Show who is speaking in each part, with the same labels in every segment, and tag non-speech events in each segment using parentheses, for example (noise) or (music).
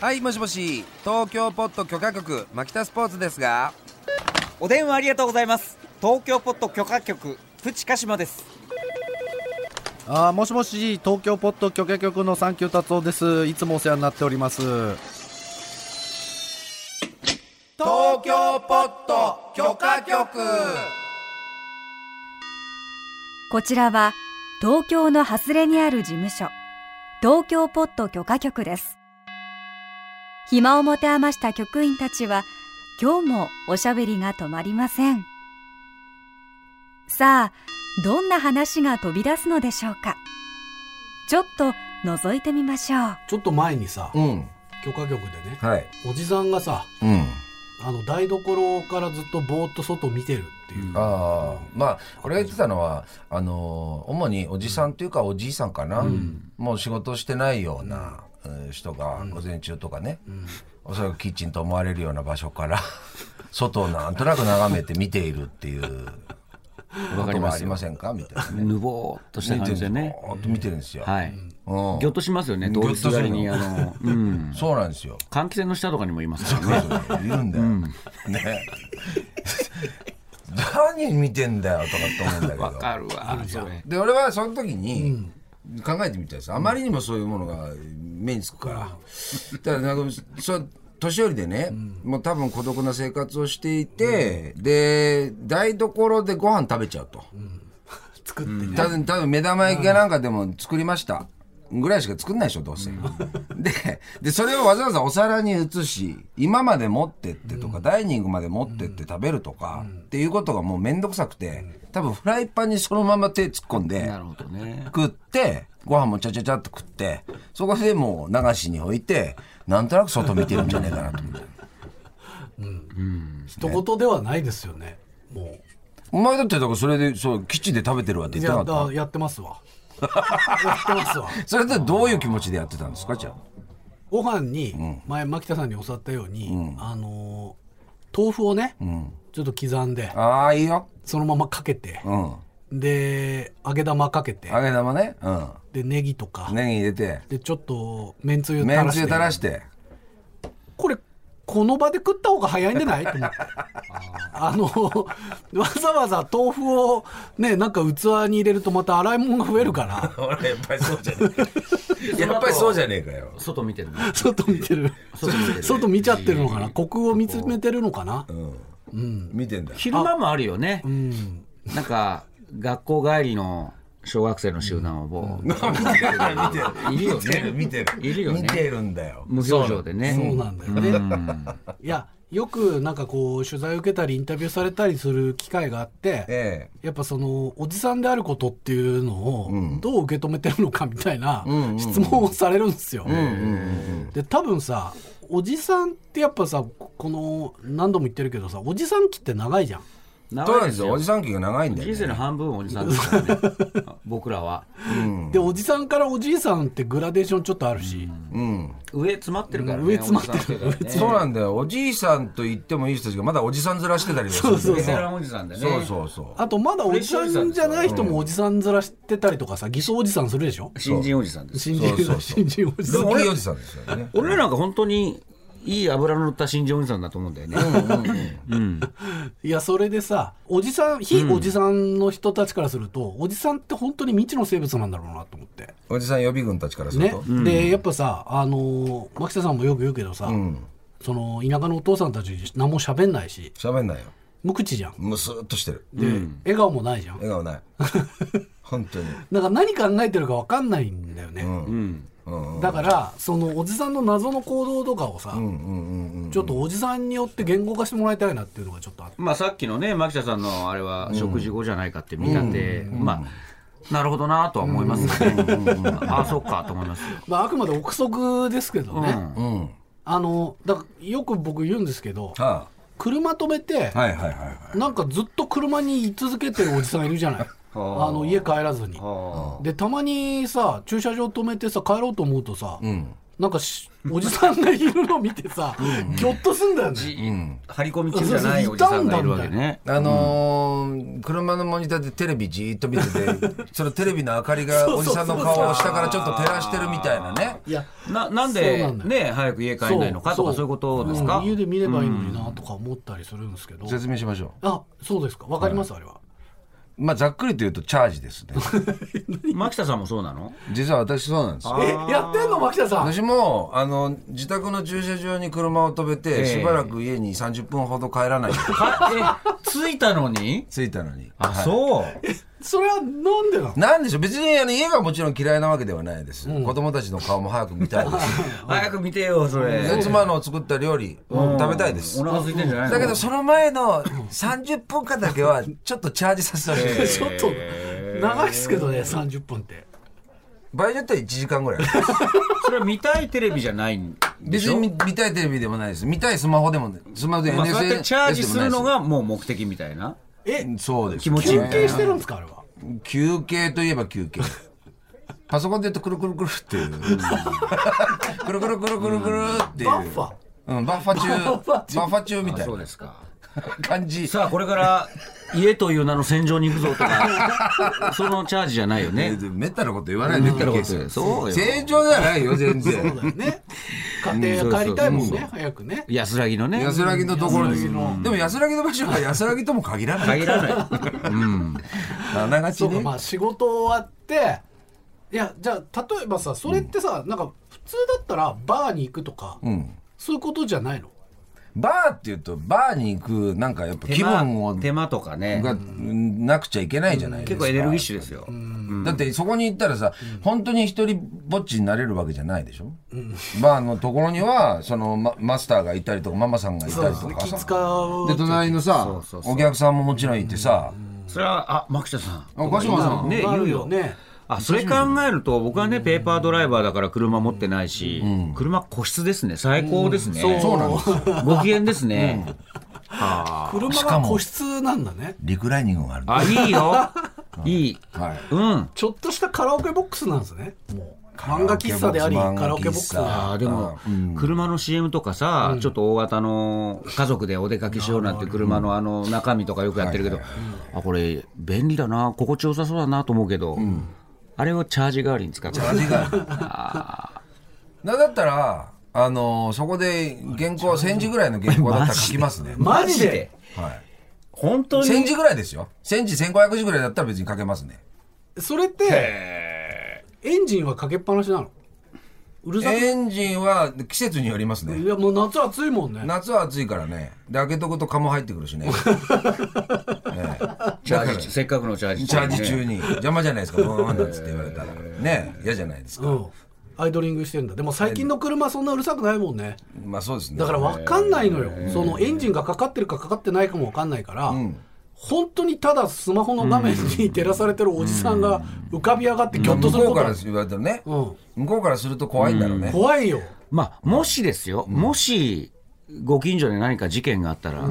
Speaker 1: はいもしもし東京ポット許可局牧田スポーツですが
Speaker 2: お電話ありがとうございます東京ポット許可局プチカシマです
Speaker 3: あーもしもし東京ポッド許可局のサンキュー達夫ですいつもお世話になっております
Speaker 1: 東京ポット許可局
Speaker 4: こちらは東京の外れにある事務所、東京ポット許可局です。暇を持て余した局員たちは、今日もおしゃべりが止まりません。さあ、どんな話が飛び出すのでしょうか。ちょっと覗いてみましょう。
Speaker 5: ちょっと前にさ、
Speaker 1: うん
Speaker 5: 許可局でね、
Speaker 1: はい
Speaker 5: おじさんがさ、
Speaker 1: うん
Speaker 5: あの台所からずっとぼーっと外見てるっていう。
Speaker 1: ああまあ俺が言ってたのはあのー主におじさんというかおじいさんかな、もう仕事してないような、えー人が午前中とかね、おそらくキッチンと思われるような場所から (laughs) 外をなんとなく眺めて見ているっていう
Speaker 6: わ
Speaker 1: こ
Speaker 6: か
Speaker 1: と
Speaker 6: り
Speaker 1: は
Speaker 6: ま
Speaker 1: あ
Speaker 6: す
Speaker 1: り
Speaker 6: よ
Speaker 1: ませんかみたいなね。
Speaker 6: ぬぼーっとした感じでね
Speaker 1: ぼーっと見てるんですよ。
Speaker 6: はい、
Speaker 1: うん
Speaker 6: ぎょっとしますよね動物狩りに
Speaker 1: ぎょ
Speaker 6: あ
Speaker 1: っとする
Speaker 6: の、うん、
Speaker 1: そうなんですよ。
Speaker 6: 換気扇の下とかにもいますからね
Speaker 1: いるんだよ。ね。 (laughs) 何見てんだよとかって思うんだけど。
Speaker 6: わかるわそれ
Speaker 1: で俺はその時に考えてみたんですあまりにもそういうものが目につくから、だからなんかそう年寄りでね、もう多分孤独な生活をしていて、で台所でご飯食べちゃうと、
Speaker 5: 作ってね。
Speaker 1: 多分多分目玉焼きかなんかでも作りましたぐらいしか作んないでしょどうせ、ででそれをわざわざお皿に移し今まで持ってってとか、ダイニングまで持ってって食べるとか、っていうことがもう面倒くさくて多分フライパンにそのまま手突っ込んで、
Speaker 6: なるほどね
Speaker 1: 食ってご飯もちゃちゃちゃっと食ってそこでもう流しに置いてなんとなく外見てるんじゃないかなと思って
Speaker 5: 一言ではないですよね。も
Speaker 1: お前だってだからそれでそうキッチンで食べてるわって
Speaker 5: う。い
Speaker 1: 言って
Speaker 5: や、
Speaker 1: なかっ
Speaker 5: だやってますわ。 (laughs) やってますわ。
Speaker 1: たそれでどういう気持ちでやってたんですかじゃあ
Speaker 5: ご飯に、前、牧田さんに教わったように、あのー豆腐をね、ちょっと刻んで、
Speaker 1: ああいいよ
Speaker 5: そのままかけて、
Speaker 1: うん揚
Speaker 5: で、揚げ玉かけて、
Speaker 1: げ玉ねうん
Speaker 5: で、ネギとか、
Speaker 1: ネギ入れて
Speaker 5: で、ちょっと、めんつゆ垂
Speaker 1: めん
Speaker 5: ら
Speaker 1: つ
Speaker 5: し
Speaker 1: ゆ
Speaker 5: て。
Speaker 1: 垂らして
Speaker 5: これこの場で食った方が早いんじゃないと思ってあのわざわざ豆腐をねなんか器に入れるとまた洗い物が増えるから
Speaker 1: ほらやっぱりそうじゃねえやっぱりそうじゃねえかよ
Speaker 6: 外見てるの
Speaker 5: 外見てる
Speaker 6: 外見てる
Speaker 5: 外見ちゃってるのかなコクを見つめてるのかな、
Speaker 1: 見てんだ
Speaker 6: 昼間もあるよねなんか学校帰りの小学生の集団をもう、いるよね
Speaker 1: (laughs) 見てる
Speaker 6: いるよね
Speaker 1: 見てるんだよ
Speaker 6: 無表情でね
Speaker 5: そうなんだよね、いやよくなんかこう取材受けたりインタビューされたりする機会があって、
Speaker 1: え
Speaker 5: やっぱそのおじさんであることっていうのをどう受け止めてるのかみたいな質問をされるんですよ。で多分さおじさんってやっぱさこの何度も言ってるけどさおじさん期って長いじゃん。
Speaker 1: え
Speaker 6: 長
Speaker 1: そう
Speaker 6: い
Speaker 1: なんですよおじさん気が長いんだよ
Speaker 6: 人生
Speaker 1: ね
Speaker 6: の半分おじさんですからね僕らは
Speaker 5: でおじさんからおじいさんってグラデーションちょっとあるし、
Speaker 6: 上詰まってるからね
Speaker 5: 上詰まってる
Speaker 6: おじさん世代ね
Speaker 1: そうなんだよおじいさんと言ってもいい人たちがまだおじさん面してたりとかす
Speaker 5: そうん
Speaker 1: るだ
Speaker 5: そ
Speaker 6: ベ
Speaker 5: う
Speaker 1: よ
Speaker 6: テ
Speaker 1: ね
Speaker 6: ランおじさんでね
Speaker 1: そうそうそう
Speaker 5: あとまだおじさんじゃない人もおじさんずらしてたりとかさ偽装おじさんするでしょ
Speaker 6: 新人おじさんです
Speaker 5: 新人
Speaker 1: そうそうそう
Speaker 5: 新人おじさ
Speaker 1: ル
Speaker 5: ん
Speaker 1: ッキーおじさんですよね
Speaker 6: 俺らなんか本当にいい油の乗った新人おじさんだと思うんだよね
Speaker 5: いやそれでさおじさん非おじさんの人たちからすると、おじさんって本当に未知の生物なんだろうなと思って。
Speaker 1: おじさん予備軍たちからする
Speaker 5: ね
Speaker 1: と、
Speaker 5: でやっぱさあのー牧田さんもよく言うけどさ、その田舎のお父さんたち何も喋んないし
Speaker 1: 喋んないよ
Speaker 5: 無口じゃん
Speaker 1: むすーっとしてる
Speaker 5: で、笑顔もないじゃん
Speaker 1: 笑顔ない本当に
Speaker 5: だから何考えてるか分かんないんだよね、だからそのおじさんの謎の行動とかをさ、ちょっとおじさんによって言語化してもらいたいなっていうのがちょっとあって
Speaker 6: まあさっきのね牧田さんのあれは食事後じゃないかって見たんで、まあなるほどなとは思いますね、ああそっかと思いますよ
Speaker 5: まあ、あくまで憶測ですけどね、あのだからよく僕言うんですけど
Speaker 1: は
Speaker 5: 車止めて、
Speaker 1: あ、はいはいはいはい
Speaker 5: なんかずっと車に居続けてるおじさんいるじゃ
Speaker 6: (laughs)
Speaker 5: ないあの家帰らずにでたまにさ駐車場止めてさ帰ろうと思うとさ、なんかしおじさんがいるのを見て
Speaker 6: (laughs)
Speaker 5: さ、ぎょっとすんだよね。
Speaker 1: ん
Speaker 6: 張り込み中じゃないおじさんがいるわけね。
Speaker 1: あのー車のモニターでテレビじーっと見ててそのテレビの明かりがおじさんの顔を下からちょっと照らしてるみたいなね
Speaker 5: いや
Speaker 6: ななん
Speaker 5: そう
Speaker 6: で
Speaker 5: なんだよ
Speaker 6: ね早く家帰んないのかとかそういうことですか
Speaker 5: うん家で見ればいいのになとか思ったりするんですけど、
Speaker 1: 説明しましょ
Speaker 5: あそうですかわかります、あれは
Speaker 1: うまあざっくりと言うとチャージです (laughs) ね
Speaker 6: 牧田さんもそうなの
Speaker 1: 実は私そうなんですよ
Speaker 5: えやってんの牧田さん
Speaker 1: 私もあの自宅の駐車場に車を止めて、
Speaker 6: ええ
Speaker 1: しばらく家に30分ほど帰らない (laughs)
Speaker 6: かえ着いたのに
Speaker 1: 着いたのに
Speaker 6: あ、そう
Speaker 5: それはなんでなの
Speaker 1: なんでしょう別にあの家がもちろん嫌いなわけではないです、子供たちの顔も早く見たいです (laughs)
Speaker 6: 早く見てよそれ
Speaker 1: で妻の作った料理食べたいです、
Speaker 6: お腹空いてんじゃないの
Speaker 1: だけどその前の30分間だけはちょっとチャージさせてほしいで
Speaker 5: (laughs)
Speaker 1: す
Speaker 5: ちょっと長いですけどね30分って
Speaker 1: 場合によっては1時間ぐらい
Speaker 6: それは見たいテレビじゃないんで
Speaker 1: 別
Speaker 6: しょ
Speaker 1: に見見たいテレビでもないです見たいスマホでもスマホで
Speaker 6: まあそうやっ
Speaker 1: NSA
Speaker 6: てチャージするの
Speaker 1: で
Speaker 6: がもう目的みたいな
Speaker 5: え
Speaker 1: もないですそうです
Speaker 6: 気持ちいい
Speaker 5: 休
Speaker 6: みたい
Speaker 5: 憩
Speaker 6: な
Speaker 5: してるんですかあれは
Speaker 1: 休憩といえば休憩パソコンで言うとくるくるくるって
Speaker 6: (laughs)
Speaker 1: いうくるくるくるくるくるっていう
Speaker 5: バッファ
Speaker 1: うん、バッファ中
Speaker 5: バッファ中
Speaker 1: バッファ中みたい
Speaker 6: そう
Speaker 1: な
Speaker 6: ですか
Speaker 1: 感じ
Speaker 6: さあこれから家という名の戦場に行くぞとか (laughs) そのチャージじゃないよね
Speaker 1: めったなこと言わないで
Speaker 6: めったなこと言うそうよ
Speaker 1: 正常じゃないよ全
Speaker 5: そうだ
Speaker 1: 然
Speaker 5: よね家庭帰りたいもん
Speaker 6: そうそう
Speaker 5: ね
Speaker 6: そう
Speaker 5: 早くね
Speaker 6: 安らぎのね
Speaker 1: 安らぎのところです
Speaker 5: 安らぎの
Speaker 1: でも安らぎの場所は (laughs) 安らぎとも限らない
Speaker 6: 限
Speaker 1: (laughs)
Speaker 6: らない
Speaker 1: あながち
Speaker 5: そうか
Speaker 1: ね
Speaker 5: まあ仕事終わっていやじゃあ例えばさそれってさ、なんか普通だったらバーに行くとか、
Speaker 1: うん
Speaker 5: そういうことじゃないの
Speaker 1: バーっていうとバーに行くなんかやっぱ気分を
Speaker 6: 手間とかね
Speaker 1: がうんなくちゃいけないじゃないですか
Speaker 6: 結構エネルギッシュですよ
Speaker 1: だってそこに行ったらさ本当に一人ぼっちになれるわけじゃないでしょバーのところにはそのママスターがいたりとかママさんがいたりとか
Speaker 5: 気
Speaker 1: さ
Speaker 5: 使う
Speaker 1: で隣のさ
Speaker 6: そうそうそう
Speaker 1: お客さんももちろんいてさ
Speaker 6: それはあ牧田さん
Speaker 1: あ小島さん
Speaker 6: ね言うよ
Speaker 5: ね
Speaker 6: あそれ考えると僕はねペーパードライバーだから車持ってないし、車個室ですね最高ですね、
Speaker 1: そうなんですよ
Speaker 6: ご機嫌ですね、あ
Speaker 5: 車が個室なんだね
Speaker 1: リクライニングがある
Speaker 6: ーあいい (laughs) よいい
Speaker 1: はい
Speaker 6: うん
Speaker 5: ちょっとしたカラオケボックスなんですねもう漫画喫茶であり
Speaker 1: 漫
Speaker 5: カラ
Speaker 1: 画
Speaker 5: オケボック
Speaker 1: 喫
Speaker 5: ス
Speaker 1: 茶
Speaker 5: だ
Speaker 6: あーでも、車の CM とかさ、ちょっと大型の家族でお出かけしようなんて車のあの中身とかよくやってるけど、あこれ便利だな心地よさそうだなと思うけど、あれをチャージ代わりに使って
Speaker 1: 味がなだったらあのーそこで原稿1000字ぐらいの原稿だったら書きますね
Speaker 5: マジで
Speaker 1: はい
Speaker 6: 本当
Speaker 1: 1000字ぐらいですよ1000字1500字ぐらいだったら別に書けますね
Speaker 5: それってエンジンはかけっぱなしなのうるさく
Speaker 1: エンジンは季節によります
Speaker 5: い
Speaker 1: ね
Speaker 5: やもう夏暑いもんね
Speaker 1: 夏は暑いからねで開けとくと蚊も入って
Speaker 5: (laughs)
Speaker 1: くるしね
Speaker 6: チャージせっかくのチャージ
Speaker 1: チャージ中
Speaker 6: ね
Speaker 1: に邪魔じゃないですかボーンなんつって言われたらね嫌じゃないですか
Speaker 5: うんアイドリングしてんだでも最近の車そんなうるさくないもんね
Speaker 1: まあそうですね
Speaker 5: だから分かんないのよそのエンジンがかかってるかかかってないかも分かんないから、本当にただスマホの画面に照らされてるおじさんが浮かび上がってぎょっと
Speaker 1: 向
Speaker 5: する
Speaker 1: こ
Speaker 5: こ
Speaker 1: う
Speaker 5: と
Speaker 1: か
Speaker 5: あ
Speaker 1: ら
Speaker 5: る
Speaker 1: 言われたらね
Speaker 5: うん
Speaker 1: 向こうからすると怖いんだろうね
Speaker 5: 怖いよ
Speaker 6: まあもしですよ、もしご近所で何か事件があったら、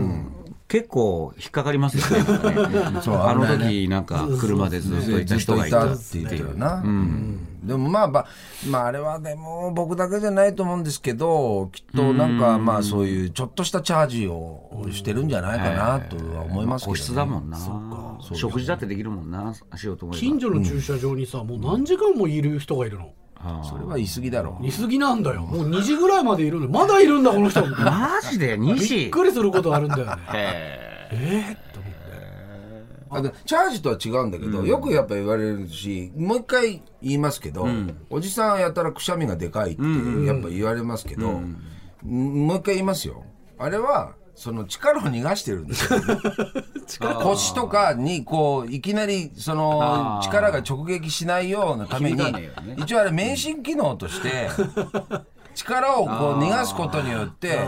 Speaker 6: 結構引っかかりますよねなんか (laughs) ね
Speaker 1: そう
Speaker 6: あの
Speaker 1: 危ないね
Speaker 6: 時なんか車でずっと
Speaker 1: ず
Speaker 6: いた
Speaker 1: っ
Speaker 6: 人
Speaker 1: と
Speaker 6: が
Speaker 1: い
Speaker 6: い
Speaker 1: た
Speaker 6: た
Speaker 1: って言ってるよな、でもまあ、まあ、まああれはでも僕だけじゃないと思うんですけどきっとなんかまあそういうちょっとしたチャージをしてるんじゃないかなとは思いますけど、ね
Speaker 6: 個室だもんな食事だってできるもんなしようと思えば
Speaker 5: 近所の駐車場にさ、もう何時間もいる人がいるの
Speaker 6: ああ
Speaker 1: それは言い過ぎだろう
Speaker 5: いすぎなんだよもう2時ぐらいまでいるのまだいるんだこの人びっ
Speaker 6: マジで西
Speaker 5: くりすることあるんだよね
Speaker 6: え
Speaker 5: え
Speaker 6: え
Speaker 1: あでチャージとは違うんだけど、よくやっぱ言われるしもう一回言いますけど、おじさんやたらくしゃみがでかいってやっぱ言われますけど、んもう一回言いますよあれはその力を逃がしてるん
Speaker 6: (laughs)
Speaker 1: ですよ腰とかにこういきなりその
Speaker 6: あー
Speaker 1: 力が直撃しなないようなために
Speaker 6: 響かないよね
Speaker 1: 一応あれ免震機能と
Speaker 6: (laughs)
Speaker 1: して力をこう逃がすことによって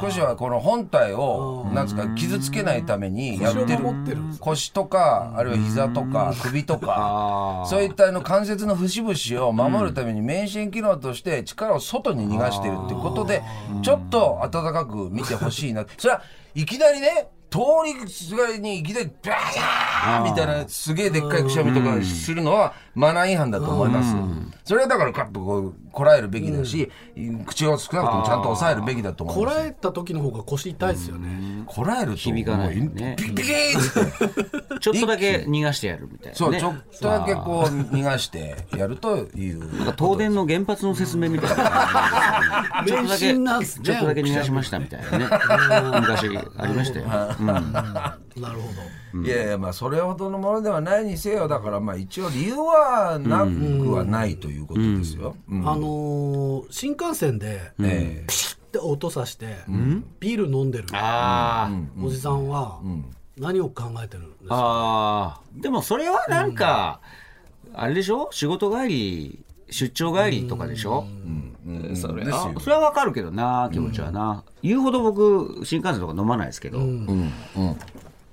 Speaker 1: 少しはこの本体をなんですか傷つけないためにやってる
Speaker 5: 腰を守ってるんです
Speaker 1: 腰とかあるいは膝とか首とか
Speaker 6: あー
Speaker 1: そういったあの関節の節々を守るために免震機能として力を外に逃がしてるってことでちょっと温かく見てほしいなそれはいきなりね通りすがりにいきなりバシャーみたいなすげえでっかいくしゃみとかするのはマナー違反だと思いますそれはだからカッとこうこらえるべきだし、口を少なくともちゃんと抑えるべきだと思い
Speaker 5: こ
Speaker 1: ます
Speaker 5: らえた時の方が腰痛いですよね。
Speaker 1: こらえると
Speaker 6: 響かないよね
Speaker 1: もうピッピキーンって
Speaker 6: ちょっとだけ逃がしてやるみたいな、ね。
Speaker 1: そう、ちょっとだけこう逃がしてやるという
Speaker 6: なんか東電の原発の説明みたいな。ちょっと
Speaker 5: 迷
Speaker 6: だけ、
Speaker 5: 信なんすね
Speaker 6: ちょっとだけ逃がしましたみたいなね。昔ありましたよ。
Speaker 5: (laughs)
Speaker 6: うん
Speaker 5: なるほ
Speaker 1: いやいやまあそれほどのものではないにせよだからまあ一応理由はなくはないということですよ。うん
Speaker 5: ど。あのー新幹線で
Speaker 1: ええ
Speaker 5: ピシッって音さしてビール飲んでる
Speaker 6: あー
Speaker 5: おじさんは何を考えてるんですか。
Speaker 6: あー。でもそれはなんか、あれでしょ仕事帰り、出張帰りとかでしょうんそれあそれはわかるけどな気持ちはな、言うほど僕新幹線とか飲まないですけどうん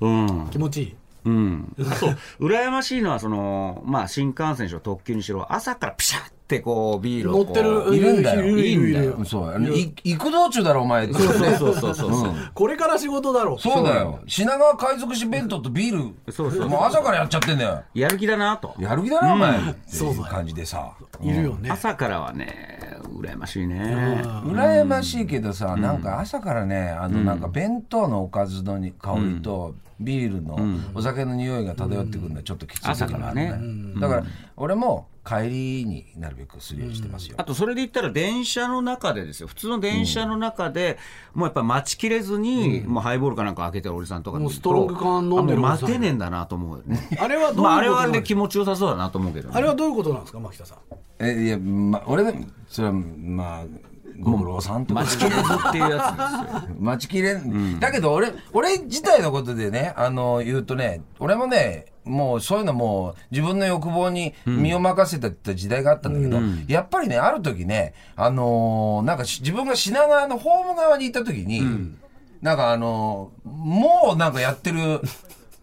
Speaker 6: うん
Speaker 5: 気持ちいい。
Speaker 6: うん、そう羨ましいのはその、まあ、新幹線にしろ特急にしろ朝からピシャってこうビール
Speaker 5: 乗
Speaker 6: をこう
Speaker 5: ってる
Speaker 1: いるんだよ
Speaker 5: いるいるいる
Speaker 1: そうあのい行く道中だろお前って
Speaker 6: そう
Speaker 1: ね
Speaker 6: そうそうそうそう、
Speaker 5: これから仕事だろう。
Speaker 1: そうだよ品川海賊市弁当とビール
Speaker 6: そうそう
Speaker 1: もう朝からやっちゃってんだよ
Speaker 6: やる気だなと
Speaker 1: やる気だなお前って
Speaker 5: そう
Speaker 1: いう
Speaker 5: だよ
Speaker 1: 感じでさ
Speaker 5: いるよね。
Speaker 6: 朝からはね羨ましいね
Speaker 1: 羨ましいけどさなんか朝からねあのなんか弁当のおかずのに香りとビールのお酒の匂いが漂ってくるのはちょっときつい時がある
Speaker 6: 朝からね
Speaker 1: だから俺も帰りになるべくするようにしてますよ
Speaker 6: あとそれで言ったら電車の中でですよ普通の電車の中で、もうやっぱ待ちきれずに、もうハイボールかなんか開けてるおじさんとか見ると
Speaker 5: もうストロング缶飲んでる
Speaker 6: あもう
Speaker 5: おじさん
Speaker 6: 待てねえんだなと思うよね
Speaker 5: あれはどういうこと
Speaker 6: まああれは
Speaker 5: な
Speaker 6: あ
Speaker 5: ん
Speaker 6: れ
Speaker 5: で
Speaker 6: です
Speaker 5: か
Speaker 6: 気持ちよさそうだなと思うけど、ね、
Speaker 5: あれはどういうことなんですか、牧田さん。
Speaker 1: えいや、ま、俺でもそれはまあご苦労さんとか
Speaker 6: 待ちきれずっていうやつです
Speaker 1: (laughs)
Speaker 6: よ
Speaker 1: 待ちきれん、だけど俺俺自体のことでねあの言うとね俺もねもうそういうのもう自分の欲望に身を任せてた時代があったんだけど、やっぱりねある時ねあのーなんかし自分が品川のホーム側にいた時に、なんかあのーもうなんかやってる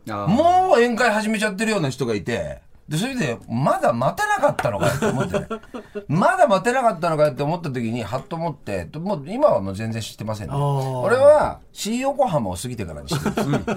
Speaker 6: あー
Speaker 1: もう宴会始めちゃってるような人がいて、で、それで、まだ待てなかったのかよって思ってね。まだ待てなかったのかよって思った時に、はっと思って、もう今はもう全然知ってませんね。
Speaker 5: ー
Speaker 1: 俺は、新横浜を過ぎてからにしてるんで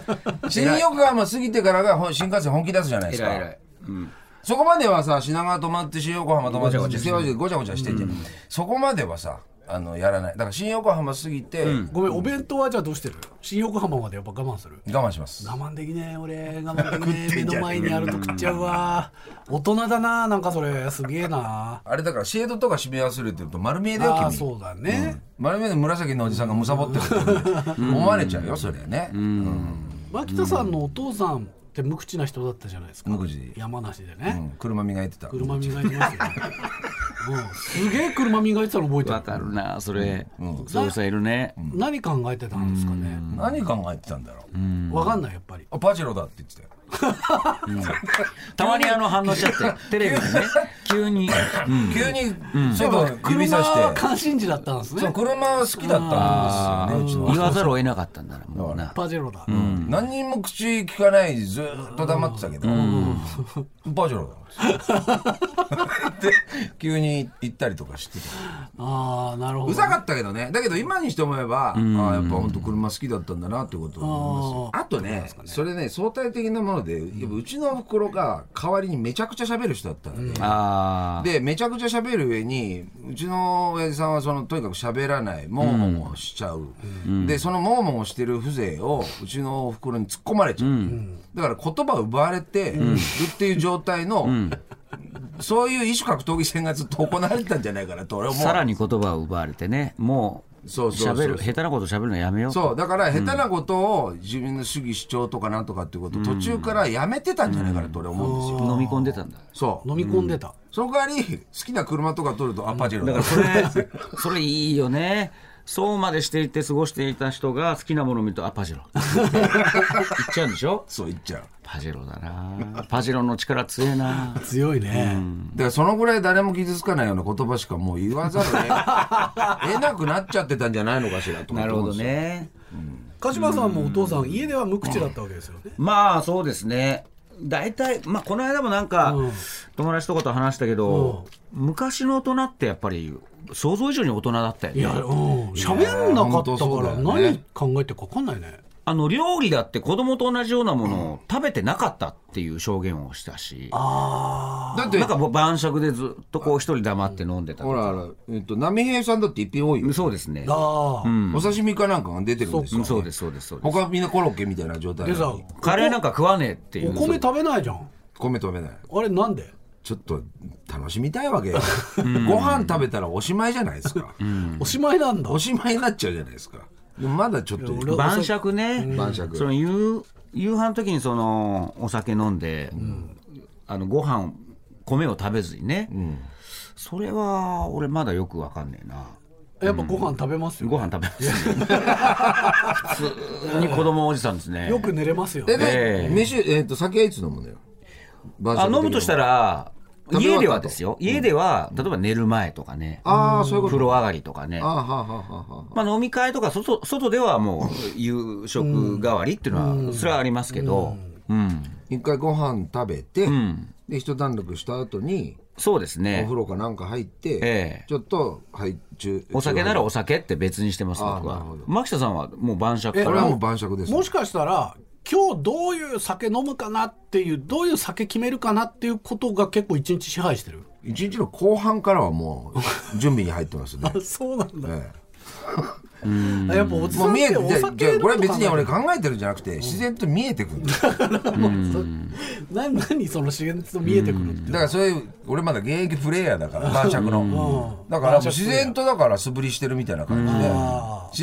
Speaker 1: す。新横浜過ぎてからがほ新幹線本気出すじゃないです
Speaker 6: 偉い
Speaker 1: か。
Speaker 6: 偉いうん
Speaker 1: そこまではさ、品川止まって、新横浜止まって、ごちゃごちゃごちゃしてて、そこまではさ、あの、やらない。だから新横浜過ぎて、
Speaker 5: ごめん、お弁当はじゃあどうしてる新横浜までやっぱ我慢する
Speaker 1: 我慢します。
Speaker 5: 我慢できねえ、俺。我慢できねえ。目の前にあると食っちゃうわ。大人だな、なんかそれ。すげえな。
Speaker 1: あれだから、シェードとか締め忘れてると丸見えだよ、
Speaker 5: ああ、
Speaker 1: 君。
Speaker 5: そうだね。
Speaker 1: 丸目で紫のおじさんがむさぼってるって思われちゃうよそれねうん
Speaker 5: 牧田さんのお父さんって無口な人だったじゃないですか。
Speaker 1: 無口
Speaker 5: 山梨で
Speaker 1: う
Speaker 5: ね。
Speaker 1: ん車磨いてた
Speaker 5: 車磨いてますよね。うん、すげえ車磨いてたの覚えて
Speaker 6: わ
Speaker 5: る。
Speaker 6: かるなそれ、そういう人いるね、
Speaker 5: 何考えてたんですかね。
Speaker 1: 何考えてたんだろう
Speaker 5: わかんない、やっぱり。
Speaker 1: あパチェロだって言ってたよ
Speaker 6: たまにあの反応し
Speaker 1: (laughs)
Speaker 6: ちゃってテレビでね急に、うん
Speaker 1: 急にそういうこと指
Speaker 5: 車
Speaker 1: さ
Speaker 5: は
Speaker 1: して
Speaker 5: 関心事だったんです
Speaker 1: そう
Speaker 5: ね。
Speaker 1: 車は好きだったんですよねうち
Speaker 6: 言
Speaker 1: の
Speaker 6: わざるを得なかったんだなもうな
Speaker 5: パジェロだ。
Speaker 1: 何にも口聞かないでずーっと黙ってたけどパチェロだで急に行ったりとかしてた
Speaker 5: ああ、なるほど。
Speaker 1: うざかったけどねだけど今にして思えば、ああやっぱ本当車好きだったんだなってことを思いますよあとねそれね相対的なものでやっぱうちのおふくろが代わりにめちゃくちゃ喋る人だったので、
Speaker 6: あ
Speaker 1: でめちゃくちゃ喋る上にうちの親父さんはそのとにかく喋らないもごもごしちゃう、でそのもごもごしてる風情をうちのおふくろに突っ込まれちゃう、だから言葉を奪われてるっていう状態の、そういう異種格闘技戦がずっと行われてたんじゃないかなと俺
Speaker 6: あ
Speaker 1: は思う
Speaker 6: さらに言葉を奪われてねもう
Speaker 1: そうそうそう
Speaker 6: 喋る下手なこと喋るのやめよう
Speaker 1: そうだから下手なことを自分の主義主張とかなんとかっていうことを途中からやめてたんじゃないかなと俺思うんですよ、
Speaker 6: 飲み込んでたんだ
Speaker 1: そう
Speaker 5: 飲み込んでた。
Speaker 1: その代わり好きな車とか取るとアパジェロ
Speaker 6: だ
Speaker 1: だ
Speaker 6: からそれそれいいよねそうまでしていて過ごしていた人が好きなものを見るとあパジェ (laughs) ロ言っちゃうんでしょ
Speaker 1: (laughs) そう言っちゃう
Speaker 6: パジェロだなパジェロの力強えな
Speaker 5: 強いね。
Speaker 1: だからそのぐらい誰も傷つかないような言葉しかもう言わざる
Speaker 6: (laughs)
Speaker 1: を得なくなっちゃってたんじゃないのかしらと思
Speaker 6: な
Speaker 1: って
Speaker 6: るほ
Speaker 1: 思うん
Speaker 6: ど
Speaker 1: ですよ
Speaker 6: ね
Speaker 5: 鹿島さんもお父さん家では無口だったわけですよね。
Speaker 6: まあそうですね大体まあこの間もなんか
Speaker 5: うん
Speaker 6: 友達とかと話したけど、昔の大人ってやっぱり想像以上に大人だったよ
Speaker 5: い
Speaker 6: ね
Speaker 5: や、うん、喋んなかった
Speaker 1: いや本当そ
Speaker 5: か
Speaker 1: うだ
Speaker 5: ら
Speaker 1: よね
Speaker 5: 何考えてるか分かんないね。
Speaker 6: あの料理だって子供と同じようなものを食べてなかったっていう証言をしたし、
Speaker 1: だって
Speaker 6: なんかもう晩酌でずっとこう一人黙って飲んでた
Speaker 1: ほらほら、えっと、波平さんだって一品多いよ。
Speaker 6: そうですね
Speaker 5: ああ、
Speaker 1: お刺身かなんかが出てるんです
Speaker 6: う
Speaker 1: よ
Speaker 6: ん。そうですそうですそうです
Speaker 1: 他みんなコロッケみたいな状態
Speaker 5: で
Speaker 1: な
Speaker 5: さ
Speaker 1: のに
Speaker 6: カレーなんか食わねえっていう
Speaker 5: お米食べないじゃん
Speaker 1: 米食べない。
Speaker 5: あれなんで、
Speaker 1: ちょっと楽しみたいわけよ。ご飯食べたらおしまいじゃないですか。
Speaker 5: おしまいなんだ
Speaker 1: おしまいになっちゃうじゃないですか。でもまだちょっと。
Speaker 5: 俺
Speaker 6: 晩酌ね、
Speaker 1: 晩酌
Speaker 6: その夕夕飯の時にそのお酒飲んで、あのご飯米を食べずにね、それは俺まだよくわかんねえな
Speaker 5: やっぱご飯食べますよ、
Speaker 6: ご飯食べます、普通に子供おじさんですね
Speaker 5: よく寝れますよ
Speaker 1: え、
Speaker 5: ね
Speaker 1: で、
Speaker 6: ええ
Speaker 1: 飯、えっと、酒はいつ飲むのよ。
Speaker 6: あ飲むとした
Speaker 1: ら。
Speaker 6: ら
Speaker 1: 食べ終わった後
Speaker 6: 家ではですよ家では、例えば寝る前とかね
Speaker 1: ああ、そういうこと。
Speaker 6: 風呂上がりとかね
Speaker 1: ああ、はあ、はあ、はあはあ。
Speaker 6: まあ、飲み会とか外外ではもう夕食代わりっていうのはそれはありますけど、うん
Speaker 1: 一回ご飯食べて、
Speaker 6: ん
Speaker 1: で、一段落した後に、
Speaker 6: そうです
Speaker 1: お
Speaker 6: ね
Speaker 1: 風呂かなんか入って、
Speaker 6: ええ
Speaker 1: ちょっと、はい、中。
Speaker 6: お酒なら
Speaker 1: 中
Speaker 6: お酒って別にしてます
Speaker 1: あー
Speaker 6: 僕
Speaker 1: な
Speaker 6: は
Speaker 1: るほど
Speaker 6: 牧田さんはもう晩酌
Speaker 5: え
Speaker 6: か
Speaker 1: これ
Speaker 6: ら
Speaker 1: はもう晩酌です。
Speaker 5: もしかしたら今日どういう酒飲むかなっていうどういう酒決めるかなっていうことが結構一日支配してる
Speaker 1: 一日の後半からはもう、準備に入ってます
Speaker 5: (laughs)
Speaker 1: ね。
Speaker 5: そうなんだ、
Speaker 1: え
Speaker 5: やっぱおじ
Speaker 1: えも
Speaker 5: さ
Speaker 1: うん
Speaker 5: っ
Speaker 1: 見え
Speaker 5: て
Speaker 1: て、
Speaker 5: お
Speaker 1: じゃあ
Speaker 5: 酒
Speaker 1: じゃあ
Speaker 5: の
Speaker 1: これは
Speaker 5: こと
Speaker 1: 別に俺考えてるんじゃなくて、自然と見えてくる。だ
Speaker 5: な何その資源と見えてくるって
Speaker 1: からそういう、俺まだ現役プレイヤーだから、晩酌の。だからもう自然とだから素振りしてるみたいな感じで、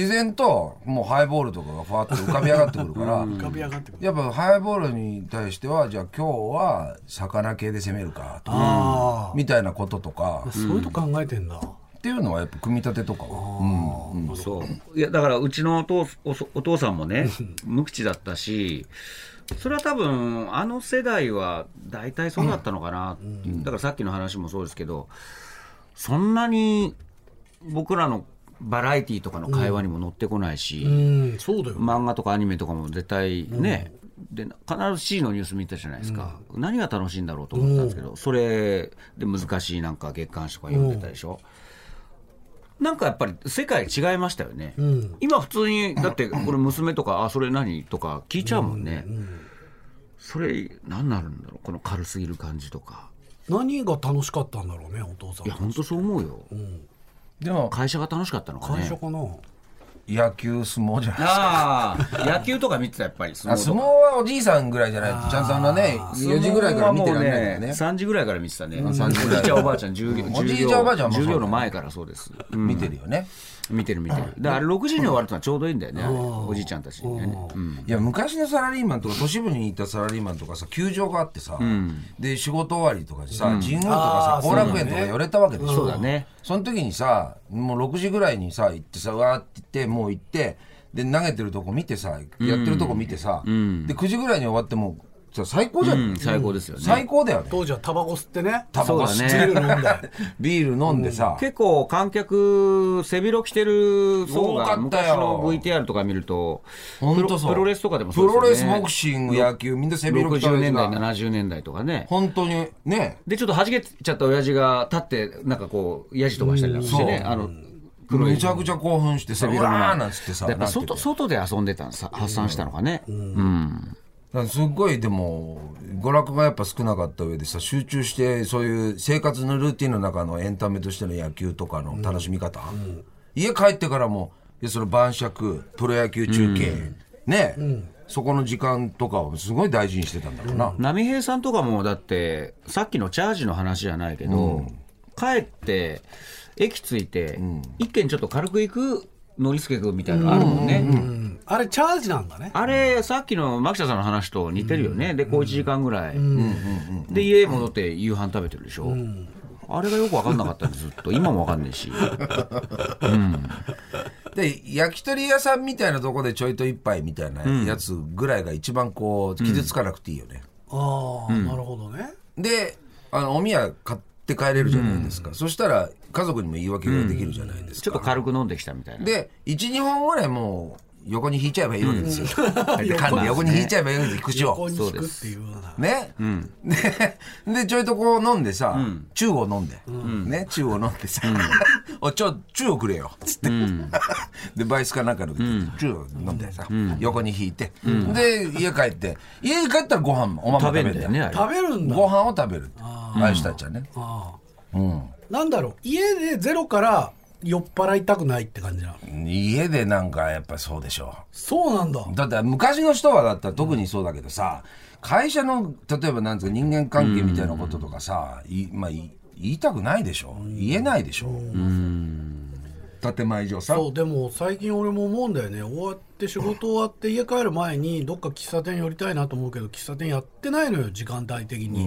Speaker 1: 自然ともうハイボールとかがふわっと浮かび上がってくるから、
Speaker 5: 浮かび上がってくる
Speaker 1: やっぱハイボールに対してはじゃあ今日は魚系で攻めるかとか
Speaker 5: あ
Speaker 1: みたいなこととか
Speaker 5: あそういうとこ考えてんだ、
Speaker 1: っていうのはやっぱ組み立てとかは、うんうん
Speaker 6: そういやだからうちのお父おそお父さんも
Speaker 1: (laughs)
Speaker 6: ね無口だったしそれは多分あの世代は大体そうだったのかなっていう、だからさっきの話もそうですけどそんなに僕らのバラエティーとかの会話にも乗ってこないし、
Speaker 5: うんそうだよ、
Speaker 6: 漫画とかアニメとかも絶対ね、で必ず C のニュース見てたじゃないですか、何が楽しいんだろうと思ったんですけど、それで難しいなんか月刊誌とか読んでたでしょ、なんかやっぱり世界違いましたよね、今普通にだってこれ娘とか「あそれ何?」とか聞いちゃうもんね、それ何なるんだろうこの軽すぎる感じとか
Speaker 5: 何が楽しかったんだろうねお父さん
Speaker 6: いや本当そう思うよ、
Speaker 1: でも
Speaker 6: 会社が楽しかったのか
Speaker 5: 会
Speaker 6: ね
Speaker 5: 社かな、
Speaker 1: 野球相撲じゃない
Speaker 6: ああ野球とか見てたやっぱり相
Speaker 1: あ相撲はおじいさんぐらいじゃないとちゃんさんがね4時ぐらいから見てられないからね
Speaker 6: 3時ぐらいから見てたね。
Speaker 1: 3時ぐらい
Speaker 6: おじいちゃんおばあちゃん、重
Speaker 1: う
Speaker 6: 業
Speaker 1: んおじいちゃんおばあちゃんもそう
Speaker 6: 重業の前からそうです。うん
Speaker 1: 見てるよね、
Speaker 6: 見てる見てる。だから6時に終わるとはちょうどいいんだよね、あれおじいちゃんたちにね。うん
Speaker 1: いや昔のサラリーマンとか都市部にいたサラリーマンとかさ球場があってさ、で仕事終わりとかにさ、神宮とか
Speaker 5: あ
Speaker 1: さ
Speaker 5: ー
Speaker 1: 後楽園とか寄れたわけでしょ、
Speaker 6: そうだね。
Speaker 1: その時にさもう6時ぐらいにさ行ってさわーって行ってもう行ってで投げてるとこ見てさやってるとこ見てさ、で9時ぐらいに終わってもさ最高じゃん、
Speaker 6: うん最高ですよね。
Speaker 1: 最高だよね
Speaker 5: 当時はタバコ吸ってね
Speaker 1: タバコ吸って
Speaker 6: そうだ
Speaker 1: (laughs) ビール飲んでさ、
Speaker 6: 結構観客、背広着てる層
Speaker 1: 多かった
Speaker 6: が
Speaker 1: よ
Speaker 6: 昔の VTR とか見ると、
Speaker 1: ほん
Speaker 6: プ
Speaker 1: と
Speaker 6: ロ
Speaker 1: そう
Speaker 6: プロレスとかでも
Speaker 1: プ
Speaker 6: そうです
Speaker 1: ロレ
Speaker 6: よね。
Speaker 1: スボクシング野球みんな背広着た
Speaker 6: 60
Speaker 1: や
Speaker 6: 年
Speaker 1: つ
Speaker 6: 代、
Speaker 1: が
Speaker 6: 70年代とかね。
Speaker 1: 本当にね
Speaker 6: で、ちょっと弾けちゃった親父が立って、なんかこう、ヤジ飛ばしたりなんかしてね。
Speaker 1: そう
Speaker 6: あの
Speaker 1: めちゃくちゃ興奮してさ「うわ!」なんつってさ
Speaker 6: やっぱ
Speaker 1: なんて
Speaker 6: 外
Speaker 1: いう
Speaker 6: 外で遊んでたんさ発散したのかね、
Speaker 1: のだからすっごいでも娯楽がやっぱ少なかった上でさ集中してそういう生活のルーティンの中のエンタメとしての野球とかの楽しみ方、家帰ってからもいやその晩酌プロ野球中継、ね、そこの時間とかをすごい大事にしてたんだろうな、
Speaker 6: 波平さんとかもだってさっきのチャージの話じゃないけど、帰って駅着いて、一軒ちょっと軽く行くノリスケ君みたいなのあるもんね、
Speaker 5: うんあれチャージなんだね
Speaker 6: あれさっきの牧田さんの話と似てるよね、でこう1時間ぐらい、で家戻って夕飯食べてるでしょ、あれがよく分かんなかったんでずっと今も分かんないし
Speaker 1: で焼き鳥屋さんみたいなとこでちょいと一杯みたいなやつぐらいが一番こう傷つかなくていいよね、
Speaker 5: ああ、なるほどね
Speaker 1: であのおみや買って帰れるじゃないですか、そしたら家族にも言い訳ができるじゃないです
Speaker 6: ちょっ
Speaker 1: か、
Speaker 6: と軽く飲んできたみたいな
Speaker 1: で12本ぐらいもう横に引いちゃえばいいわけですよ、 (laughs) 缶で横に引いちゃえばいいわけですよ口
Speaker 5: 横
Speaker 1: を
Speaker 5: に引くっていうような
Speaker 1: ね、ででちょいとこう飲んでさ、中を飲んで、ね中を飲んでさ、 (laughs) おいちょチューをくれよ」つって、 (laughs) でバイスかなんかの、チューを飲んでさ、横に引いて、で家帰って家に帰ったらご飯もおまんま
Speaker 6: 食
Speaker 1: 食べ
Speaker 6: べ
Speaker 1: る
Speaker 6: ん
Speaker 1: んだ
Speaker 6: だ
Speaker 1: よ
Speaker 6: よねあれ
Speaker 5: 食べるんだ
Speaker 1: ご飯を食べるってああいう人たちはね
Speaker 5: なんだろう家でゼロから酔っ払いたくないって感じなの
Speaker 1: 家でなんかやっぱそうでしょ
Speaker 5: そうなんだ
Speaker 1: だって昔の人はだったら特にそうだけどさ、会社の例えばなんですか人間関係みたいなこととかさ、いまあ、い言いたくないでしょ言えないでしょ、建前上さ
Speaker 5: そうでも最近俺も思うんだよね終わって仕事終わって家帰る前にどっか喫茶店寄りたいなと思うけど喫茶店やってないのよ時間帯的に、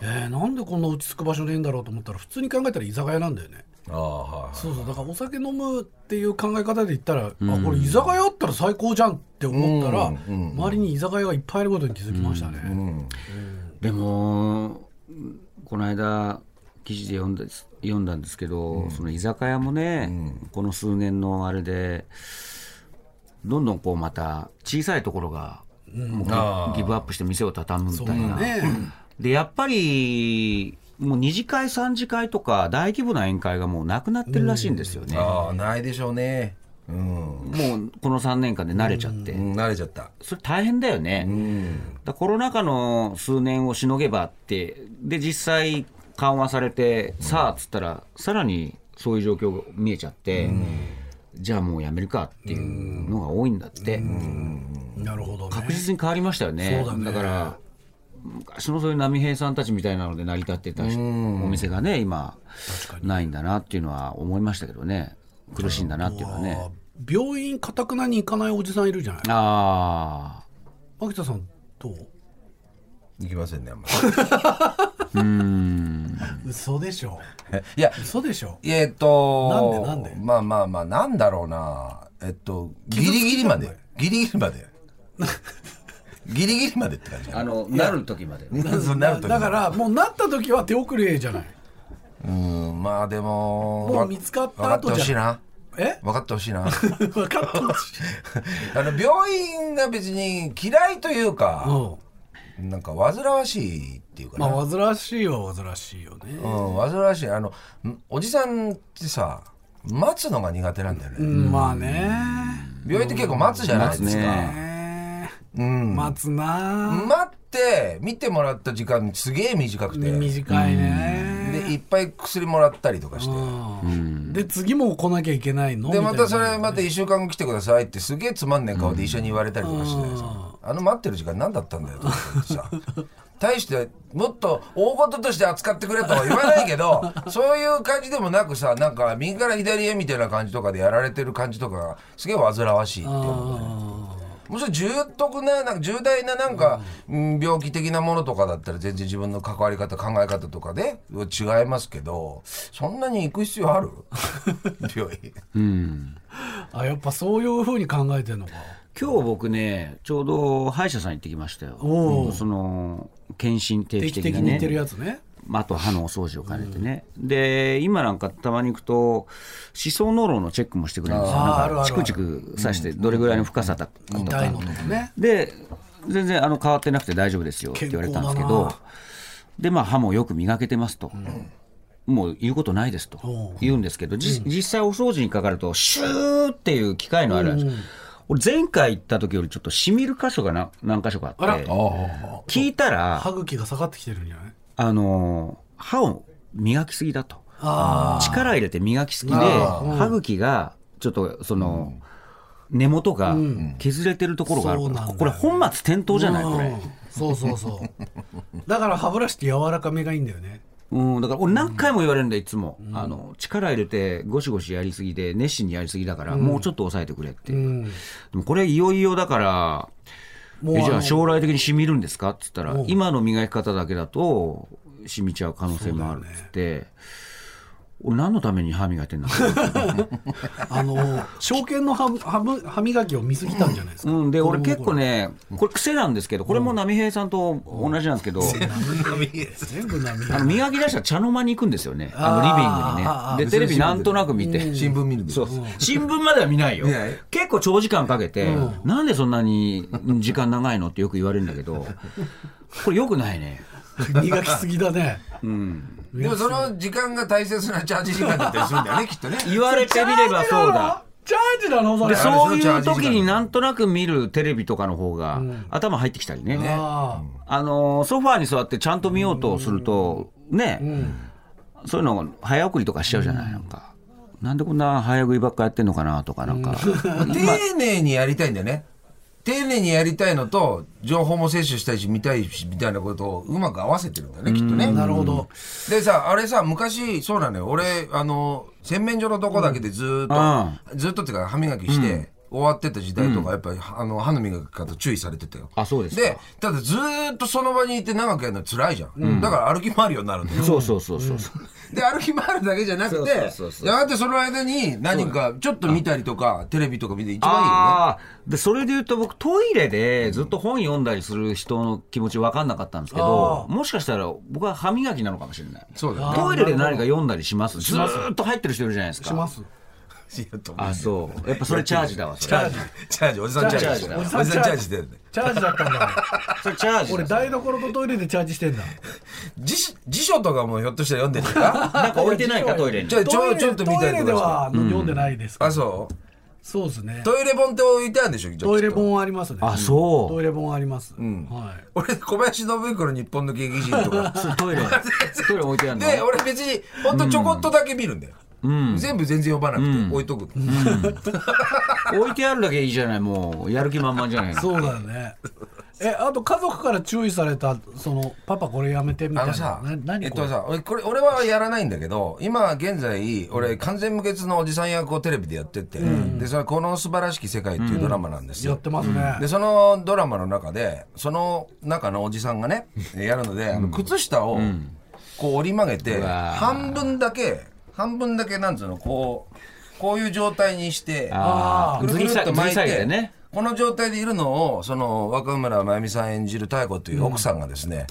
Speaker 5: えーなんでこんな落ち着く場所ねえんだろうと思ったら普通に考えたら居酒屋なんだよね
Speaker 1: ああはい
Speaker 5: そうそうだからお酒飲むっていう考え方で言ったら、あこれ居酒屋あったら最高じゃんって思ったら、周りに居酒屋がいっぱいいることに気づきましたね、
Speaker 6: でもこの間記事で読んだ読んだんですけど、その居酒屋もね、この数年のあれでどんどんこうまた小さいところがもうギギブアップして店を畳むみたいな、
Speaker 5: ね
Speaker 6: でやっぱりもう二次会三次会とか大規模な宴会がもうなくなってるらしいんですよね、
Speaker 1: ああないでしょうねうん、
Speaker 6: もうこの3年間で慣れちゃって、
Speaker 1: うん慣れちゃった
Speaker 6: それ大変だよね、だコロナ禍の数年をしのげばって、で実際、緩和されて、さあっつったら、さらにそういう状況が見えちゃって、じゃあもうやめるかっていうのが多いんだって、
Speaker 5: なるほどね
Speaker 6: 確実に変わりましたよね、
Speaker 5: そうだね
Speaker 6: から、昔のそういう波平さんたちみたいなので成り立ってたしお店がね、今、ないんだなっていうのは思いましたけどね、苦しいんだなっていうのはね。
Speaker 5: 病院かたくなに行かないおじさんいるじゃない
Speaker 6: ああ
Speaker 5: 秋田さんどう
Speaker 1: いきませんねあんま
Speaker 5: 嘘でしょ
Speaker 1: りいや
Speaker 5: 嘘でしょ
Speaker 1: えーっと
Speaker 5: なんでなんで
Speaker 1: まあまあまあなんだろうなえっとギリギリまでギリギリまでギリギリまでって感じ
Speaker 6: あのなる時まで
Speaker 1: (laughs) そうなると
Speaker 5: だからもうなった時は手遅れじゃない
Speaker 1: うんまあでも
Speaker 5: もう見つかった後
Speaker 1: 分かってほし
Speaker 5: じ
Speaker 1: いな
Speaker 5: え
Speaker 1: 分かってほしいな
Speaker 5: 分かった
Speaker 1: (laughs) あの病院が別に嫌いというか、なんか煩わしいっていうか
Speaker 5: ま
Speaker 1: な、
Speaker 5: あ煩わしいは煩わしいよね
Speaker 1: うん、煩わしいあのんおじさんってさ待つのが苦手なんだよね、
Speaker 5: うんまあね
Speaker 1: 病院って結構待つじゃないですか、
Speaker 5: ね待つな
Speaker 1: 待って見てもらった時間すげえ短くてで
Speaker 5: 短いね
Speaker 1: いっぱい薬もらったりとかして、
Speaker 5: で次も来なきゃいけないの
Speaker 1: で
Speaker 5: みた
Speaker 1: ま
Speaker 5: いな
Speaker 1: たそれまた1週間後来てくださいってすげえつまんねえ顔で一緒に言われたりとかしてさあの待ってる時間何だったんだよとか言ってさ対してもっと大事として扱ってくれとは言わない
Speaker 5: (laughs)
Speaker 1: けどそういう感じでもなくさなんか右から左へみたいな感じとかでやられてる感じとかがすげえ煩わしいって思うねもちろん重篤ななんか重大ななんか、うん病気的なものとかだったら全然自分の関わり方考え方とかで違いますけどそんなに行く必
Speaker 5: (laughs)
Speaker 1: 要ある病院。
Speaker 5: あやっぱそういうふうに考えてんのか
Speaker 6: 今日僕ねちょうど歯医者さん行ってきましたよ、
Speaker 5: おう
Speaker 6: その検診定
Speaker 5: 定
Speaker 6: 期
Speaker 5: 期
Speaker 6: 的
Speaker 5: 的
Speaker 6: な
Speaker 5: に言
Speaker 6: ね
Speaker 5: ってるやつね
Speaker 6: まあ、あと歯のお掃除を兼ねてね、で今なんかたまに行くと歯槽膿漏のチェックもしてくれるんですよ
Speaker 5: あー
Speaker 6: なんか
Speaker 5: あるあるある
Speaker 6: チクチク刺してどれぐらいの深さだとか、
Speaker 5: 痛いのとかね
Speaker 6: で全然あの変わってなくて大丈夫ですよって言われたんですけ
Speaker 5: 健康
Speaker 6: ど
Speaker 5: だな
Speaker 6: でまあ歯もよく磨けてますと、もう言うことないですと
Speaker 5: おう
Speaker 6: 言うんですけど、じ実際お掃除にかかるとシューっていう機械のあるんです、俺前回行った時よりちょっとしみる箇所がな何箇所かあって聞いたら
Speaker 5: 歯茎が下がってきてるんじゃない
Speaker 6: あのー歯を磨きすぎだと
Speaker 5: あ
Speaker 6: 力入れて磨きすぎで歯茎がちょっとその、根元が削れてるところがある、
Speaker 5: そうなんだよね
Speaker 6: これ本末転倒じゃないこれ
Speaker 5: うん。そうそうそうだから歯ブラシって柔らかめがいいんだよね
Speaker 6: うん、だから俺何回も言われるんだよいつも、あの力入れてゴシゴシやりすぎで熱心にやりすぎだから、もうちょっと抑えてくれって、でもこれいよいよだから
Speaker 5: もう
Speaker 6: えじゃ
Speaker 5: あの
Speaker 6: あ将来的にしみるんですかって言ったら今の磨き方だけだとしみちゃう可能性もあるっつって、俺何のために歯磨いてんだろ
Speaker 5: あの証券の歯歯ぶ歯磨きを見すぎたんじゃないですか、
Speaker 6: (laughs) う、うん、で俺結構ねこれ癖なんですけどこれも波平さんと同じなんですけど、
Speaker 5: 全部波
Speaker 6: あの磨き出したら茶の間に行くんですよねあのリビングにねでテレビなんとなく見て、
Speaker 1: 新聞見るんです
Speaker 6: そう新聞までは見ないよ
Speaker 1: 見ない
Speaker 6: 結構長時間かけて、なんでそんなに時間長いのってよく言われるんだけどこれよくないね
Speaker 5: 磨きすぎだね。
Speaker 1: でもその時間が大切なチャージ時間だったりするんだよね、きっとね。
Speaker 6: 言われてみればそうだ。
Speaker 5: チャージなのそ
Speaker 6: で
Speaker 5: れ。
Speaker 6: そういう時になんとなく見るテレビとかの方が頭入ってきたりね、
Speaker 5: あ
Speaker 6: あのーソファーに座ってちゃんと見ようとするとね、そういうの早送りとかしちゃうじゃないなんかなんでこんな早食いばっかやってんのかなとかなんか、
Speaker 1: 丁寧にやりたいんだよね。丁寧にやりたいのと、情報も摂取したいし、見たいし、みたいなことをうまく合わせてるんだよね、きっとね。
Speaker 5: あなるほど。
Speaker 1: でさ、あれさ、昔、そうなのよ。俺、あの、洗面所のとこだけでずーっと、ずーっとっていうか歯磨きして、終わってた時代とか、やっぱり、あの、歯の磨き方注意されてたよ。
Speaker 6: あそうですか
Speaker 1: で、ただずーっとその場にいて長くやるの辛いじゃん。だから歩き回るようになるんだよ。
Speaker 6: そうそうそうそう、
Speaker 1: で、歩き回るだけじゃなくて、
Speaker 6: そうそうそうそう
Speaker 1: やがてその間に何か、ちょっと見たりとか、テレビとか見て一番いいよね。
Speaker 6: ああーでそれで言うと僕トイレでずっと本読んだりする人の気持ち分かんなかったんですけど、もしかしたら僕は歯磨きなのかもしれない
Speaker 1: そうだよね。
Speaker 6: トイレで何か読んだりしますずーっと入ってる人いるじゃないですか
Speaker 5: します。
Speaker 1: いやと思う
Speaker 6: あそうやっぱそれチャージだわそれ
Speaker 1: チャージ、チャージ、おじさんチャージしてる。お
Speaker 5: お
Speaker 1: じ
Speaker 5: じさ
Speaker 1: さ
Speaker 5: ん
Speaker 1: んチ
Speaker 5: チ
Speaker 1: ャ
Speaker 5: ャ
Speaker 1: ー
Speaker 5: ー
Speaker 1: ジ
Speaker 5: ジ
Speaker 1: してるね。
Speaker 5: チャージだったんだ。
Speaker 6: それチャージだ
Speaker 5: 俺台所とトイレでチャージしてんだ。
Speaker 1: 辞書辞書とかもひょっとしたら読んでるか
Speaker 6: (laughs) なんか置いてないかトイレに
Speaker 1: ちょ、ちょ、ちょっと見
Speaker 5: ト
Speaker 1: た
Speaker 5: イ
Speaker 1: り
Speaker 5: レ
Speaker 1: と
Speaker 5: で
Speaker 1: かして。
Speaker 5: は読んでないですか
Speaker 1: あ、
Speaker 5: ら。
Speaker 1: そう
Speaker 5: そうですね。
Speaker 1: トイレ本って置いてあるんでしょ
Speaker 5: トイレ。
Speaker 1: きっと
Speaker 5: 本ありますね。
Speaker 6: あそう
Speaker 5: トイレ本あります。はい。
Speaker 1: 俺、小林信彦の日本の劇人と
Speaker 6: (laughs)
Speaker 1: か。
Speaker 6: トイレトイレ置いてあるの
Speaker 1: で、俺別に、ほんとちょこっとだけ見るんだよ。全部全然読まなくて、置いとく。
Speaker 6: 置いてあるだけいいじゃないもうやる気満々じゃない
Speaker 5: そうだよね。え、あと家族から注意された、その、パパこれやめてみた
Speaker 1: あ
Speaker 5: い
Speaker 1: の
Speaker 5: な。
Speaker 1: さ
Speaker 5: な、
Speaker 1: え
Speaker 5: 何
Speaker 1: っ
Speaker 5: これ、
Speaker 1: とさ、俺、これ、俺はやらないんだけど、今現在、俺、完全無欠のおじさん役をテレビでやってて、で、それ、この素晴らしき世界っていうドラマなんですよ。
Speaker 5: やってますね。
Speaker 1: でそのドラマの中でその中のおじさんがねやるので、あの靴下をこう折り曲げて、
Speaker 6: うわー
Speaker 1: 半分だけ半分だけなんつうのこうこういう状態にして
Speaker 6: あ
Speaker 1: くる
Speaker 6: ー
Speaker 1: く
Speaker 6: ず
Speaker 1: る
Speaker 6: り
Speaker 1: っ
Speaker 6: 下
Speaker 1: と
Speaker 6: げ
Speaker 1: 巻い
Speaker 6: ずり下げ
Speaker 1: て、
Speaker 6: てね
Speaker 1: この状態でいるのをその若村真由美さん演じる妙子という奥さんがですね、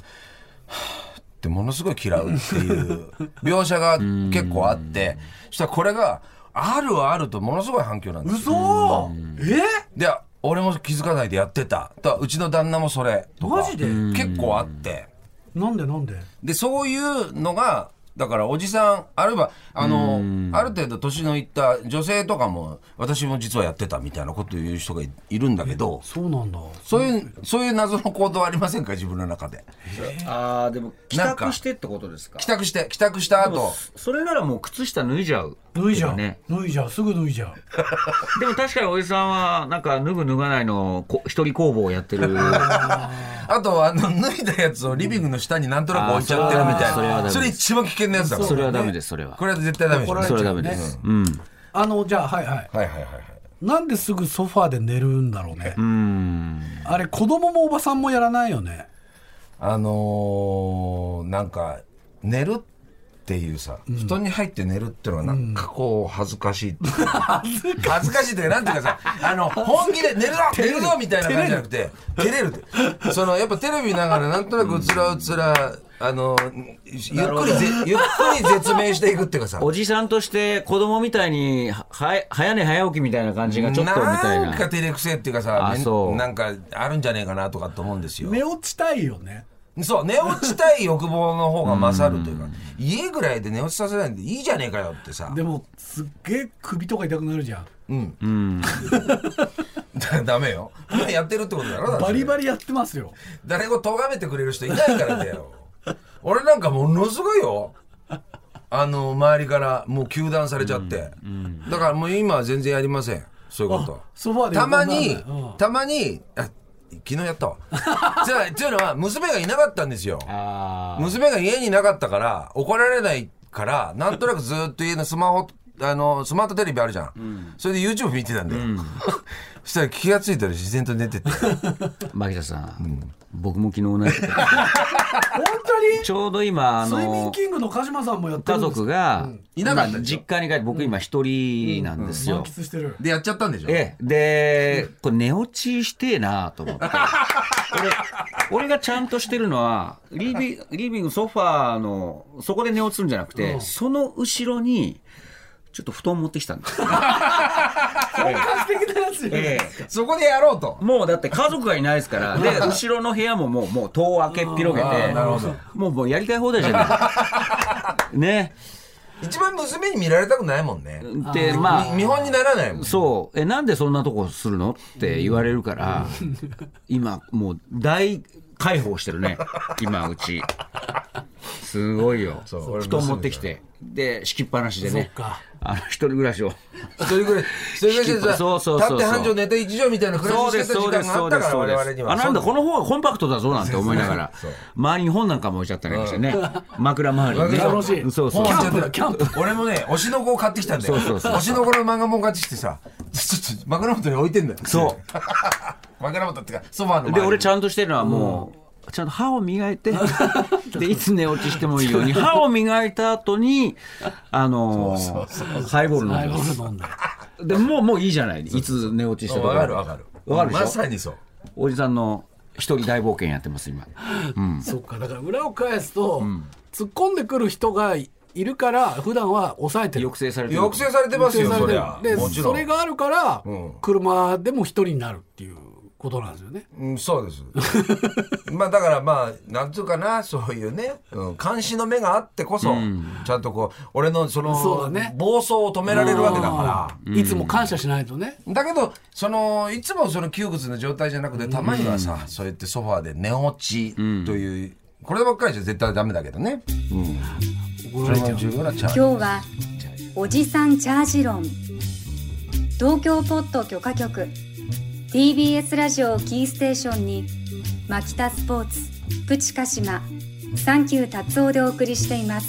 Speaker 1: はぁってものすごい嫌うっていう描写が結構あってそしたらこれがあるはあるとものすごい反響なんですよ
Speaker 5: 嘘え
Speaker 1: で俺も気づかないでやってたとうちの旦那もそれとか
Speaker 5: マジで
Speaker 1: 結構あって
Speaker 5: なんでなんで
Speaker 1: でそういうのがだからおじさんあるいはあのある程度年のいった女性とかも私も実はやってたみたいなこと言う人がいいるんだけど
Speaker 5: そうなんだ。
Speaker 1: そういうそういう謎の行動はありませんか自分の中で
Speaker 6: あーでも帰
Speaker 1: なんか
Speaker 6: 宅してってことですか
Speaker 1: 帰宅して帰宅した後
Speaker 6: それならもう靴下脱いじゃう
Speaker 5: 脱いじゃう。
Speaker 6: ね
Speaker 5: 脱いじゃう。すぐ脱いじゃう。
Speaker 6: でも確かにおじさんはなんか脱ぐ脱がないのこ一人工房をやってる
Speaker 1: あとあの脱いだやつをリビングの下になんとなく置いちゃってるみた
Speaker 6: あーそれ
Speaker 1: いな
Speaker 6: はダメです
Speaker 1: それ一番危険なやつだから
Speaker 6: それはダメですそれは
Speaker 1: これは絶対ダメでしょ
Speaker 5: 怒られ
Speaker 1: は
Speaker 5: ち
Speaker 1: い
Speaker 5: ゃ
Speaker 6: そうれ
Speaker 5: ね
Speaker 6: ダメですうん
Speaker 5: あの、じゃあ、はいはい。
Speaker 1: はいはいはい
Speaker 5: なんですぐソファーで寝るんだろうね。あれ、子供もおばさんもやらないよね。
Speaker 1: あのーなんか寝るっていうさ、布団に入って寝るっていうのはなんかこう恥ずかしいっていうか、 (laughs) 恥ずかしいっていうかなんていうかさあの本気で寝る (laughs) ぞ寝るぞみたいな感じじゃなくて照れるってそのやっぱテレビ見ながらなんとなくうつらうつらあのゆっくりぜゆっくり絶命していくっていう (laughs) かさ
Speaker 6: おじさんとして子供みたいにはは早寝早起きみたいな感じがちょっとみたい
Speaker 1: ん
Speaker 6: な
Speaker 1: か照れくせえっていうかさ
Speaker 6: あ
Speaker 1: めん
Speaker 6: そう
Speaker 1: なんかあるんじゃねえかなとかって思うんですよ
Speaker 5: 寝落ちたいよね。
Speaker 1: そう、寝落ちたい欲望の方が勝るというか、家ぐらいで寝落ちさせないんでいいじゃねえかよってさ。
Speaker 5: でも、すっげえ首とか痛くなるじゃん。
Speaker 1: だ (laughs) ダメよ。今やってるってことだろだって
Speaker 5: バリバリやってますよ。
Speaker 1: 誰も咎めてくれる人いないからだよ。俺なんかものすごいよ。あの、周りからもう糾弾されちゃって。だからもう今は全然やりません。そういうこと。
Speaker 5: ソファーで
Speaker 1: た
Speaker 5: 横になら
Speaker 1: ま
Speaker 5: ない
Speaker 1: に、
Speaker 5: うん
Speaker 1: たまに、あ、昨日やったわ。 (laughs) つまりつうのは、娘がいなかったんですよ。
Speaker 6: あー
Speaker 1: 娘が家にいなかったから、怒られないから、なんとなくずっと家のスマホ、あの、スマートテレビあるじゃん。それで YouTube 見てたんだよ。 (laughs) そしたら気がついたら自然と寝てて。
Speaker 6: 牧田さん、僕も昨日同じこと
Speaker 5: 本当に
Speaker 6: ちょうど今あ
Speaker 5: 睡
Speaker 6: の
Speaker 5: 眠キングの鹿島さんもやってる
Speaker 6: 家
Speaker 5: んです
Speaker 6: 族が、
Speaker 1: いなかったでしょ
Speaker 6: まあ実家に帰って僕今一人なんですよ、
Speaker 5: 満喫してる
Speaker 1: で、やっちゃったんでしょ
Speaker 6: ええ (laughs) でこれ寝落ちしてえなと思 (laughs) って俺俺がちゃんとしてるのはリビリビングソファーのそこで寝落ちするんじゃなくて、その後ろにちょっと布団持ってきたんです。
Speaker 5: 的なやつ
Speaker 6: ええ
Speaker 1: そこでやろうと。
Speaker 6: (laughs) もうだって家族がいないです (laughs) から、で、後ろの部屋ももう、もう戸を開けっぴろげて、もう、もうやりたい放題じゃ (laughs) ない。ね。
Speaker 1: 一番娘に見られたくないもんね。
Speaker 6: で、まあ
Speaker 1: み、見本にならないもん。
Speaker 6: そう、え、なんでそんなとこするのって言われるから、今、もう大解放してるね、今、うち。すごいよ。
Speaker 1: う
Speaker 6: 布団持ってきて、で、敷きっぱなしでね
Speaker 5: か、
Speaker 6: あの、一人暮らしを。
Speaker 1: 一人暮らし、一人暮らしでさ
Speaker 6: そうそうそう
Speaker 1: 立
Speaker 6: そう
Speaker 1: って半畳寝て一畳みたいな暮らし
Speaker 6: そ
Speaker 1: し
Speaker 6: う
Speaker 1: て
Speaker 6: で
Speaker 1: た
Speaker 6: す、
Speaker 1: 時
Speaker 6: そう
Speaker 1: 間
Speaker 6: です、
Speaker 1: があ
Speaker 6: そ
Speaker 1: っ
Speaker 6: う
Speaker 1: た
Speaker 6: で
Speaker 1: か
Speaker 6: す、
Speaker 1: ら
Speaker 6: そうで
Speaker 1: 我々
Speaker 6: す。
Speaker 1: には。
Speaker 6: あ、なんだ、この方がコンパクトだぞなんて思いな (laughs) がら、周りに本なんかも置いちゃったりなんかしてね、枕周りにね。
Speaker 5: 楽しい
Speaker 6: そうそ
Speaker 1: キ
Speaker 6: う。
Speaker 5: キ
Speaker 1: ャ
Speaker 5: ャン
Speaker 1: ンプ
Speaker 5: プ
Speaker 1: だ
Speaker 5: だキ
Speaker 1: キャ
Speaker 5: ャ
Speaker 1: ン
Speaker 5: ン
Speaker 1: プ
Speaker 5: プ
Speaker 1: 俺もね推しの子を買ってきたんだよ
Speaker 6: そうそうそう
Speaker 1: 推しの子の漫画本買ってきてさちょっと枕元に置いてんだよ
Speaker 6: そう
Speaker 1: (laughs) 枕元っていうかソファーの
Speaker 6: で、俺ち
Speaker 1: ゃ
Speaker 6: ゃんとしてるのはもう、ちゃんと歯を磨いて、 (laughs) で、いつ寝落ちしてもいいように、歯を磨いた後に、あのー、ハイボール飲
Speaker 5: ハイボ
Speaker 6: ん
Speaker 5: ール飲んだ
Speaker 6: でる。で、もう、もういいじゃない。いつ寝落ちしたと
Speaker 1: わかるわかる
Speaker 6: わかるでしょ
Speaker 1: まさにそう
Speaker 6: おじさんの一人大冒険やってます、今。
Speaker 5: そっかだから裏を返すと、突っ込んでくる人がいるから普段は抑えてる
Speaker 6: 抑制されてる。
Speaker 1: 抑制されてますよそりゃ
Speaker 5: で
Speaker 1: もちろ
Speaker 5: そ
Speaker 1: ん
Speaker 5: れがあるから、
Speaker 1: ん
Speaker 5: 車でも一人になるっていうことなんですよね
Speaker 1: うん、そうです (laughs) まあだからまあなんつうかなそういうね、うん、監視の目があってこそ、ちゃんとこう俺のその
Speaker 5: そうだね
Speaker 1: 暴走を止められるわけだから。
Speaker 5: (laughs) らいつも感謝しないとね、
Speaker 1: だけどそのいつもその窮屈な状態じゃなくてたまにはさ、そうやってソファーで寝落ちという、こればっかりじゃ絶対ダメだけどね、
Speaker 5: 怒
Speaker 1: そ
Speaker 5: ら
Speaker 1: れ
Speaker 5: れちゃ
Speaker 1: も
Speaker 5: う
Speaker 1: 十分なチャン
Speaker 4: 今
Speaker 1: ス
Speaker 4: 日はおじさんチャージ論東京ポッド許可局 TBS ラジオをキーステーションにマキタスポーツプチカシマサンキュー達夫でお送りしています